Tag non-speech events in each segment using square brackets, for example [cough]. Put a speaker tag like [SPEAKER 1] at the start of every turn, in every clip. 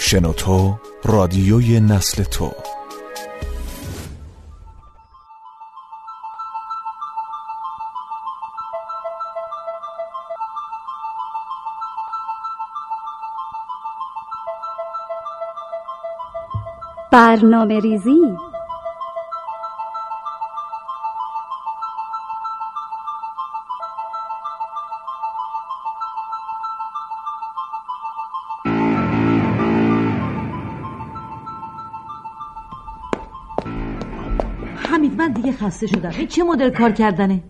[SPEAKER 1] شنوتو رادیوی نسل تو
[SPEAKER 2] برنامه ریزی
[SPEAKER 3] حمید من دیگه خسته شدم این چه مدل کار کردنه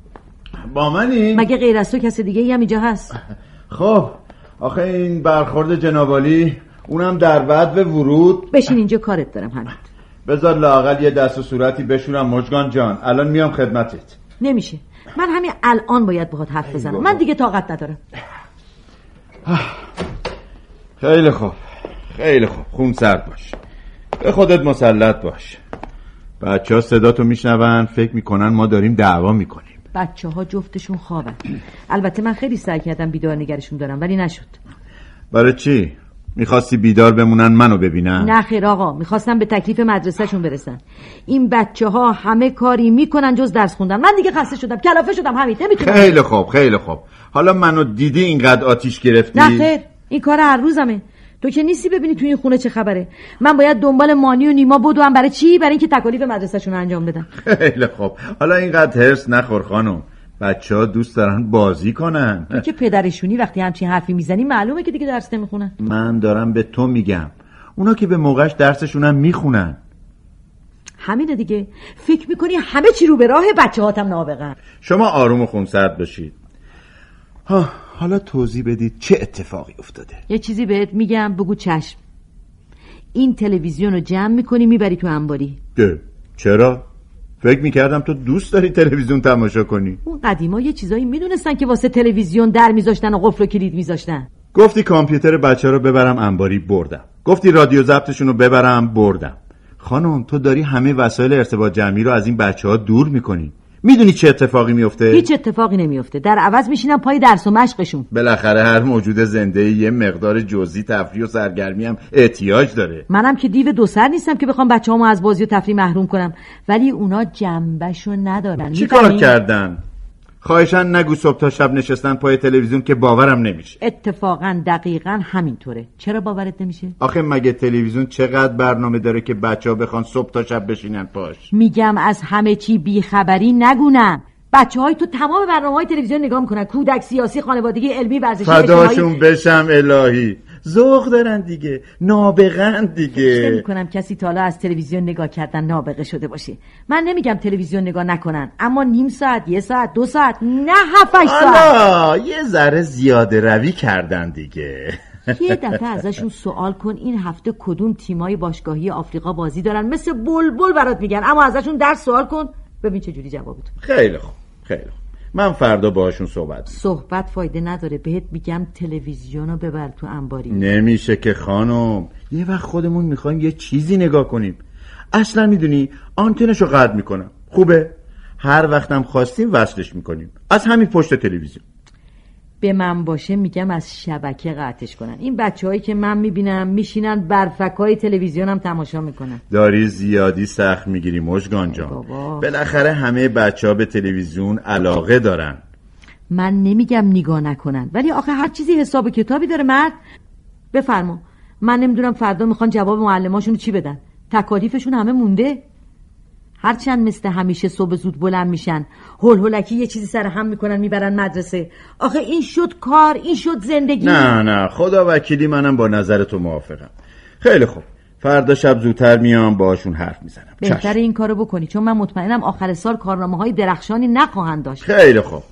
[SPEAKER 4] با منی؟
[SPEAKER 3] مگه غیر از تو کس دیگه ای هم اینجا هست
[SPEAKER 4] خب آخه این برخورد جنابالی اونم در بعد به ورود
[SPEAKER 3] بشین اینجا کارت دارم حمید
[SPEAKER 4] بذار لاقل یه دست و صورتی بشورم مجگان جان الان میام خدمتت
[SPEAKER 3] نمیشه من همین الان باید باهات حرف بزنم من دیگه طاقت ندارم
[SPEAKER 4] خیلی خوب خیلی خوب خون سرد باش به خودت مسلط باش بچه ها صداتو میشنون فکر میکنن ما داریم دعوا میکنیم
[SPEAKER 3] بچه ها جفتشون خوابن البته من خیلی سعی کردم بیدار نگرشون دارم ولی نشد
[SPEAKER 4] برای چی؟ میخواستی بیدار بمونن منو ببینن؟
[SPEAKER 3] نه خیر آقا میخواستم به تکلیف مدرسهشون برسن این بچه ها همه کاری میکنن جز درس خوندن من دیگه خسته شدم کلافه شدم حمید نمیتونم
[SPEAKER 4] خیلی خوب خیلی خوب حالا منو دیدی اینقدر آتیش گرفتی؟
[SPEAKER 3] نه خیر این کار هر روزمه تو که نیستی ببینی تو این خونه چه خبره من باید دنبال مانی و نیما بدوم برای چی برای اینکه تکالیف مدرسهشون رو انجام بدم
[SPEAKER 4] خیلی خوب حالا اینقدر هرس نخور خانم بچه ها دوست دارن بازی کنن
[SPEAKER 3] تو که پدرشونی وقتی همچین حرفی میزنی معلومه که دیگه درس نمیخونن
[SPEAKER 4] من دارم به تو میگم اونا که به موقعش درسشونم میخونن
[SPEAKER 3] همینه دیگه فکر میکنی همه چی رو به راه بچه هاتم نابغن
[SPEAKER 4] شما آروم و خونسرد باشید ها حالا توضیح بدید چه اتفاقی افتاده
[SPEAKER 3] یه چیزی بهت میگم بگو چشم این تلویزیون رو جمع میکنی میبری تو انباری
[SPEAKER 4] ده. چرا؟ فکر میکردم تو دوست داری تلویزیون تماشا کنی
[SPEAKER 3] اون قدیما یه چیزایی میدونستن که واسه تلویزیون در میذاشتن و قفل و کلید میذاشتن
[SPEAKER 4] گفتی کامپیوتر بچه رو ببرم انباری بردم گفتی رادیو ضبطشون رو ببرم بردم خانم تو داری همه وسایل ارتباط جمعی رو از این بچه ها دور میکنی میدونی چه اتفاقی میفته؟
[SPEAKER 3] هیچ اتفاقی نمیفته در عوض میشینن پای درس و مشقشون
[SPEAKER 4] بالاخره هر موجود زنده یه مقدار جزئی تفریح و سرگرمی هم احتیاج داره
[SPEAKER 3] منم که دیو دو سر نیستم که بخوام بچه‌هامو از بازی و تفریح محروم کنم ولی اونا جنبشو ندارن
[SPEAKER 4] چی کار
[SPEAKER 3] می‌فهمی؟
[SPEAKER 4] کردن؟ خواهشن نگو صبح تا شب نشستن پای تلویزیون که باورم نمیشه
[SPEAKER 3] اتفاقا دقیقا همینطوره چرا باورت نمیشه
[SPEAKER 4] آخه مگه تلویزیون چقدر برنامه داره که بچه ها بخوان صبح تا شب بشینن پاش
[SPEAKER 3] میگم از همه چی بیخبری نگونم بچه های تو تمام برنامه های تلویزیون نگاه میکنن کودک سیاسی خانوادگی علمی ورزشی اجتماعی
[SPEAKER 4] فداشون بشم الهی ذوق دارن دیگه نابغن دیگه
[SPEAKER 3] نمیکنم کسی تا حالا از تلویزیون نگاه کردن نابغه شده باشه من نمیگم تلویزیون نگاه نکنن اما نیم ساعت یه ساعت دو ساعت نه هفت هشت ساعت
[SPEAKER 4] حالا یه ذره زیاده روی کردن دیگه [laughs]
[SPEAKER 3] یه دفعه ازشون سوال کن این هفته کدوم تیمای باشگاهی آفریقا بازی دارن مثل بلبل برات میگن اما ازشون درس سوال کن ببین چه جوری جواب بده.
[SPEAKER 4] خیلی خوب خیلی خوب من فردا باهاشون صحبت می‌کنم.
[SPEAKER 3] صحبت فایده نداره بهت میگم تلویزیون رو ببر تو انباری
[SPEAKER 4] نمیشه که خانم یه وقت خودمون میخوایم یه چیزی نگاه کنیم اصلا میدونی آنتنش رو قطع میکنم خوبه هر وقتم خواستیم وصلش میکنیم از همین پشت تلویزیون
[SPEAKER 3] به من باشه میگم از شبکه قطعش کنن این بچههایی که من میبینم میشینن برفکای تلویزیونم تماشا میکنن
[SPEAKER 4] داری زیادی سخت میگیری مژگان جان
[SPEAKER 3] بابا.
[SPEAKER 4] بالاخره همه بچه ها به تلویزیون علاقه دارن
[SPEAKER 3] من نمیگم نگاه نکنن ولی آخه هر چیزی حساب و کتابی داره مرد بفرما من نمیدونم فردا میخوان جواب معلماشون رو چی بدن تکالیفشون همه مونده هرچند مثل همیشه صبح زود بلند میشن هول هولکی یه چیزی سر هم میکنن میبرن مدرسه آخه این شد کار این شد زندگی
[SPEAKER 4] نه نه خدا وکیلی منم با نظر تو موافقم خیلی خوب فردا شب زودتر میام باشون حرف میزنم
[SPEAKER 3] بهتر این کارو بکنی چون من مطمئنم آخر سال کارنامه های درخشانی نخواهند داشت
[SPEAKER 4] خیلی خوب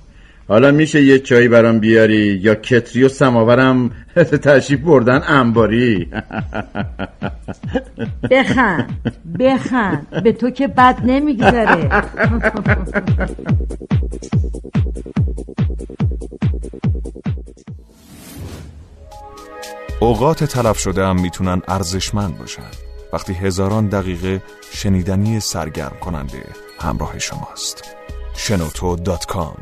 [SPEAKER 4] حالا میشه یه چایی برام بیاری یا کتری و سماورم [laughs] تشریف بردن انباری
[SPEAKER 3] بخند بخند به تو که بد نمیگذره
[SPEAKER 1] اوقات تلف شده هم میتونن ارزشمند باشن وقتی هزاران دقیقه شنیدنی سرگرم کننده همراه شماست شنوتو دات کام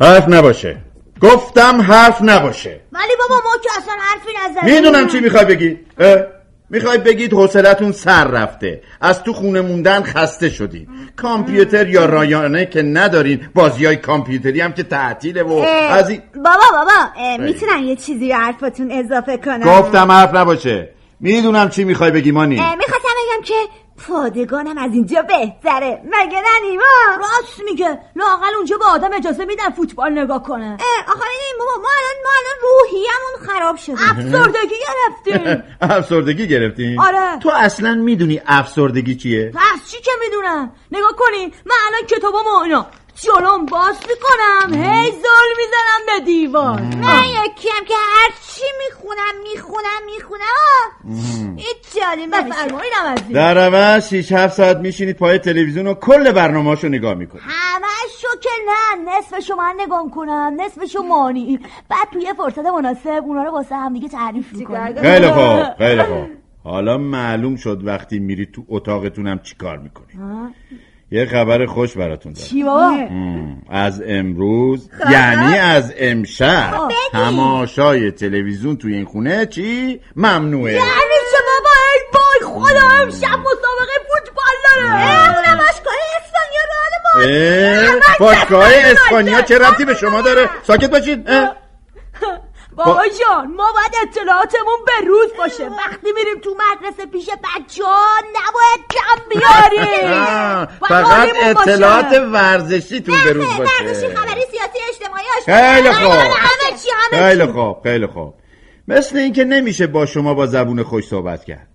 [SPEAKER 4] حرف نباشه گفتم حرف نباشه
[SPEAKER 5] ولی بابا ما که اصلا حرفی نزدیم
[SPEAKER 4] میدونم چی میخوای بگی میخوای بگید حوصلتون سر رفته از تو خونه موندن خسته شدین کامپیوتر یا رایانه که ندارین بازی های کامپیوتری هم که تعطیله و
[SPEAKER 5] اه،
[SPEAKER 4] از این
[SPEAKER 5] بابا بابا اه، میتونم یه چیزی به حرفاتون اضافه کنم
[SPEAKER 4] گفتم حرف نباشه میدونم چی میخوای بگی مانی
[SPEAKER 5] اه، میخواستم بگم که پادگانم از اینجا بهتره مگه نه نیما راست میگه لاقل اونجا به آدم اجازه میدن فوتبال نگاه کنه آخه ببین بابا ما الان ما الان روحیمون خراب شده افسردگی گرفتیم
[SPEAKER 4] [laughs] افسردگی گرفتین
[SPEAKER 5] آره.
[SPEAKER 4] تو اصلا میدونی افسردگی چیه
[SPEAKER 5] پس چی که میدونم نگاه کنین من الان کتابامو اینا جلوم باز میکنم هی زل میزنم به دیوار من یکی هم که هر چی میخونم میخونم میخونم هیچ جالی بفرمایینم از این
[SPEAKER 4] در عوض 6 7 ساعت میشینید پای تلویزیون و کل برنامه‌هاشو نگاه میکنید
[SPEAKER 5] همشو که نه نصفشو من نگاه کنم نصفشو مانی بعد توی فرصت مناسب اونا رو واسه هم دیگه تعریف میکنم
[SPEAKER 4] خیلی خوب خیلی خوب حالا معلوم شد وقتی میرید تو اتاقتونم چیکار میکنید یه خبر خوش براتون دارم
[SPEAKER 3] چی بابا
[SPEAKER 4] مم. از امروز یعنی از امشب تماشای تلویزیون توی این خونه چی ممنوعه
[SPEAKER 5] چه بابا ای بای خدا امشب مسابقه فوتبال داره اونم باشگاه اسپانیا رو حال ما
[SPEAKER 4] اه، باشگاه اسپانیا چه ربطی به شما داره ساکت باشید اه.
[SPEAKER 5] بابا جان ما باید اطلاعاتمون به روز باشه وقتی میریم تو مدرسه پیش بچه ها نباید کم
[SPEAKER 4] آه،
[SPEAKER 5] بیاریم باید
[SPEAKER 4] فقط
[SPEAKER 5] حالمون باشه.
[SPEAKER 4] اطلاعات ورزشی تو به روز باشه
[SPEAKER 5] ورزشی، خبری سیاسی اجتماعی
[SPEAKER 4] خیلی
[SPEAKER 5] آشپزی.
[SPEAKER 4] خوب.
[SPEAKER 5] همه چی همه
[SPEAKER 4] خیلی
[SPEAKER 5] چی
[SPEAKER 4] خوب خیلی خوب مثل اینکه نمیشه با شما با زبون خوش صحبت کرد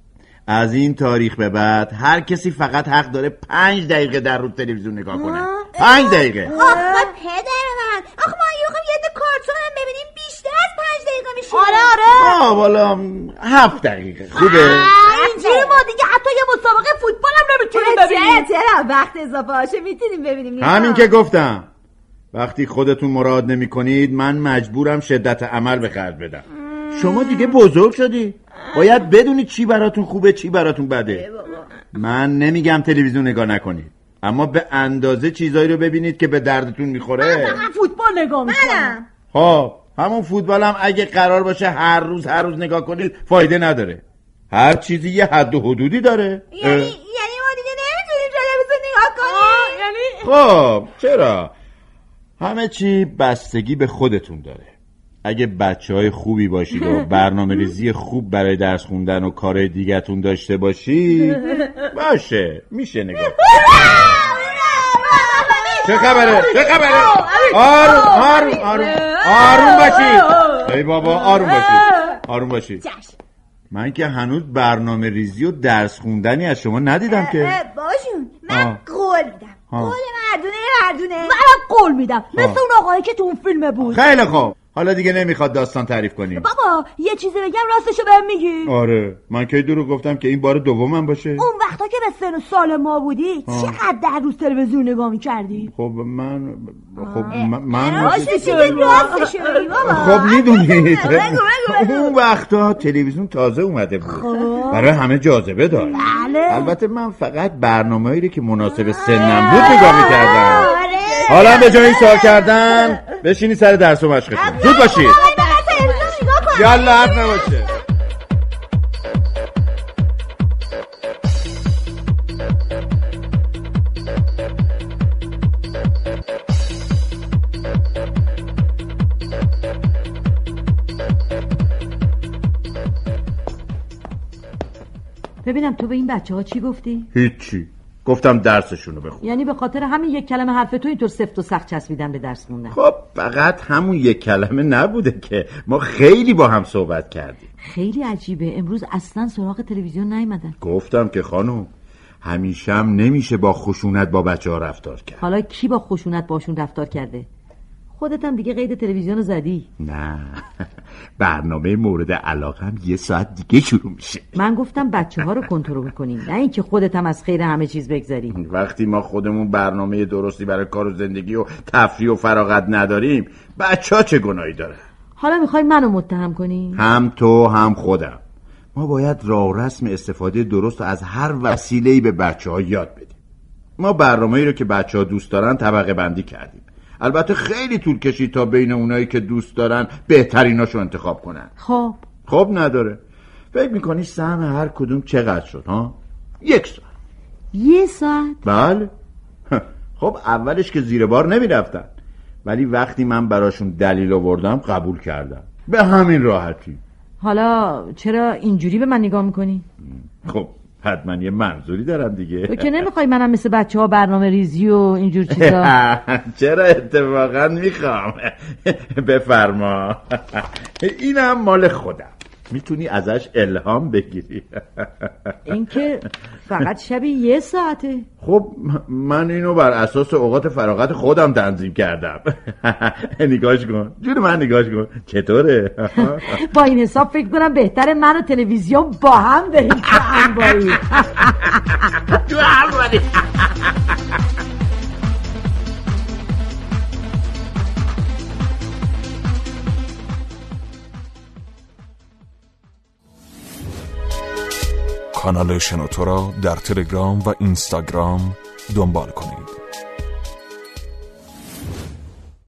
[SPEAKER 4] از این تاریخ به بعد هر کسی فقط حق داره پنج دقیقه در رو تلویزیون نگاه کنه پنج دقیقه
[SPEAKER 5] آخه خب، پدر من آخه ما یه خب یه کارتون هم ببینیم بیشتر از پنج دقیقه میشه آره آره
[SPEAKER 4] آه والا هفت دقیقه خوبه
[SPEAKER 5] اینجوری ما دیگه حتی یه مسابقه فوتبال هم نمیتونیم ببینیم چرا وقت اضافه باشه میتونیم ببینیم
[SPEAKER 4] همین که گفتم وقتی خودتون مراد نمی کنید من مجبورم شدت عمل به خرج بدم شما دیگه بزرگ شدی باید بدونید چی براتون خوبه چی براتون بده من نمیگم تلویزیون نگاه نکنید اما به اندازه چیزایی رو ببینید که به دردتون میخوره
[SPEAKER 3] فوتبال نگاه میکنم
[SPEAKER 4] خب همون فوتبال هم اگه قرار باشه هر روز هر روز نگاه کنید فایده نداره هر چیزی یه حد و حدودی داره
[SPEAKER 5] یعنی
[SPEAKER 4] اه.
[SPEAKER 5] یعنی ما دیگه نمیتونیم تلویزیون نگاه کنیم یعنی
[SPEAKER 4] خب چرا همه چی بستگی به خودتون داره اگه بچه های خوبی باشید و برنامه ریزی خوب برای درس خوندن و کار دیگتون داشته باشید باشه میشه نگاه کرد. چه خبره چه خبره آروم آروم آروم آروم باشید ای بابا آروم باشید آروم باشید من که هنوز برنامه ریزی و درس خوندنی از شما ندیدم که
[SPEAKER 5] باشون
[SPEAKER 4] آه.
[SPEAKER 5] من قول میدم
[SPEAKER 4] آه.
[SPEAKER 5] قول مردونه مردونه منم قول میدم
[SPEAKER 4] آه. خب.
[SPEAKER 5] مثل اون آقایی که تو اون فیلمه بود
[SPEAKER 4] خیلی خوب حالا دیگه نمیخواد داستان تعریف کنیم
[SPEAKER 5] بابا یه چیزی بگم راستشو بهم میگی
[SPEAKER 4] آره من کی دروغ گفتم که این بار دومم باشه
[SPEAKER 5] اون وقتا که به سن و سال ما بودی چقدر در روز تلویزیون نگاه میکردی
[SPEAKER 4] خب من خب من, من...
[SPEAKER 5] راستش میگه راستش میگی بابا
[SPEAKER 4] خب
[SPEAKER 5] [laughs]
[SPEAKER 4] میدونید
[SPEAKER 5] بگو، بگو، بگو.
[SPEAKER 4] اون وقتا تلویزیون تازه اومده بود برای همه جاذبه داشت
[SPEAKER 5] خب. بله
[SPEAKER 4] البته من فقط برنامه‌ای رو که مناسب سنم بود نگاه می‌کردم
[SPEAKER 5] آره
[SPEAKER 4] حالا به جای این سوال کردن بشینی سر درس و مشقتون زود باشید
[SPEAKER 5] آقای بابا، تلویزیون نگاه کن.
[SPEAKER 4] یالا حرف نباشه
[SPEAKER 3] ببینم تو به این بچه ها چی گفتی
[SPEAKER 4] هیچی گفتم درسشون رو بخون
[SPEAKER 3] یعنی به خاطر همین یک کلمه حرف تو اینطور سفت و سخت چسبیدن به درس خوندن
[SPEAKER 4] خب فقط همون یک کلمه نبوده که ما خیلی با هم صحبت کردیم
[SPEAKER 3] خیلی عجیبه امروز اصلا سراغ تلویزیون نیومدن
[SPEAKER 4] گفتم که خانم همیشه هم نمیشه با خشونت با بچه ها رفتار کرد
[SPEAKER 3] حالا کی با خشونت باشون رفتار کرده خودت هم دیگه قید تلویزیون رو زدی
[SPEAKER 4] نه برنامه مورد علاقه هم یه ساعت دیگه شروع میشه
[SPEAKER 3] من گفتم بچه ها رو کنترل کنیم نه اینکه خودت هم از خیر همه چیز بگذری
[SPEAKER 4] وقتی ما خودمون برنامه درستی برای کار و زندگی و تفریح و فراغت نداریم بچه ها چه گناهی داره
[SPEAKER 3] حالا میخوای منو متهم کنی
[SPEAKER 4] هم تو هم خودم ما باید راه و رسم استفاده درست رو از هر وسیله‌ای به بچه ها یاد بدیم ما برنامه رو که بچه ها دوست دارن طبقه بندی کردیم البته خیلی طول کشید تا بین اونایی که دوست دارن بهتریناشو انتخاب کنن
[SPEAKER 3] خب
[SPEAKER 4] خب نداره فکر میکنی سهم هر کدوم چقدر شد ها یک ساعت
[SPEAKER 3] یه ساعت
[SPEAKER 4] بله خب اولش که زیر بار نمیرفتن ولی وقتی من براشون دلیل آوردم قبول کردم به همین راحتی
[SPEAKER 3] حالا چرا اینجوری به من نگاه میکنی؟
[SPEAKER 4] خب حتما یه منظوری دارم دیگه
[SPEAKER 3] تو که نمیخوای منم مثل بچه ها برنامه ریزی و اینجور چیزا
[SPEAKER 4] [laughs] چرا اتفاقا میخوام [laughs] بفرما [laughs] اینم مال خودم میتونی ازش الهام بگیری [laughs]
[SPEAKER 3] این که فقط شبیه یه ساعته
[SPEAKER 4] خب من اینو بر اساس اوقات فراغت خودم تنظیم کردم [laughs] نگاش کن جون من نگاش کن چطوره [laughs]
[SPEAKER 3] با این حساب فکر کنم بهتره من و تلویزیون با هم بریم تو انبایی
[SPEAKER 4] تو هم ولی.
[SPEAKER 1] کانال شنوتو را در تلگرام و اینستاگرام دنبال کنید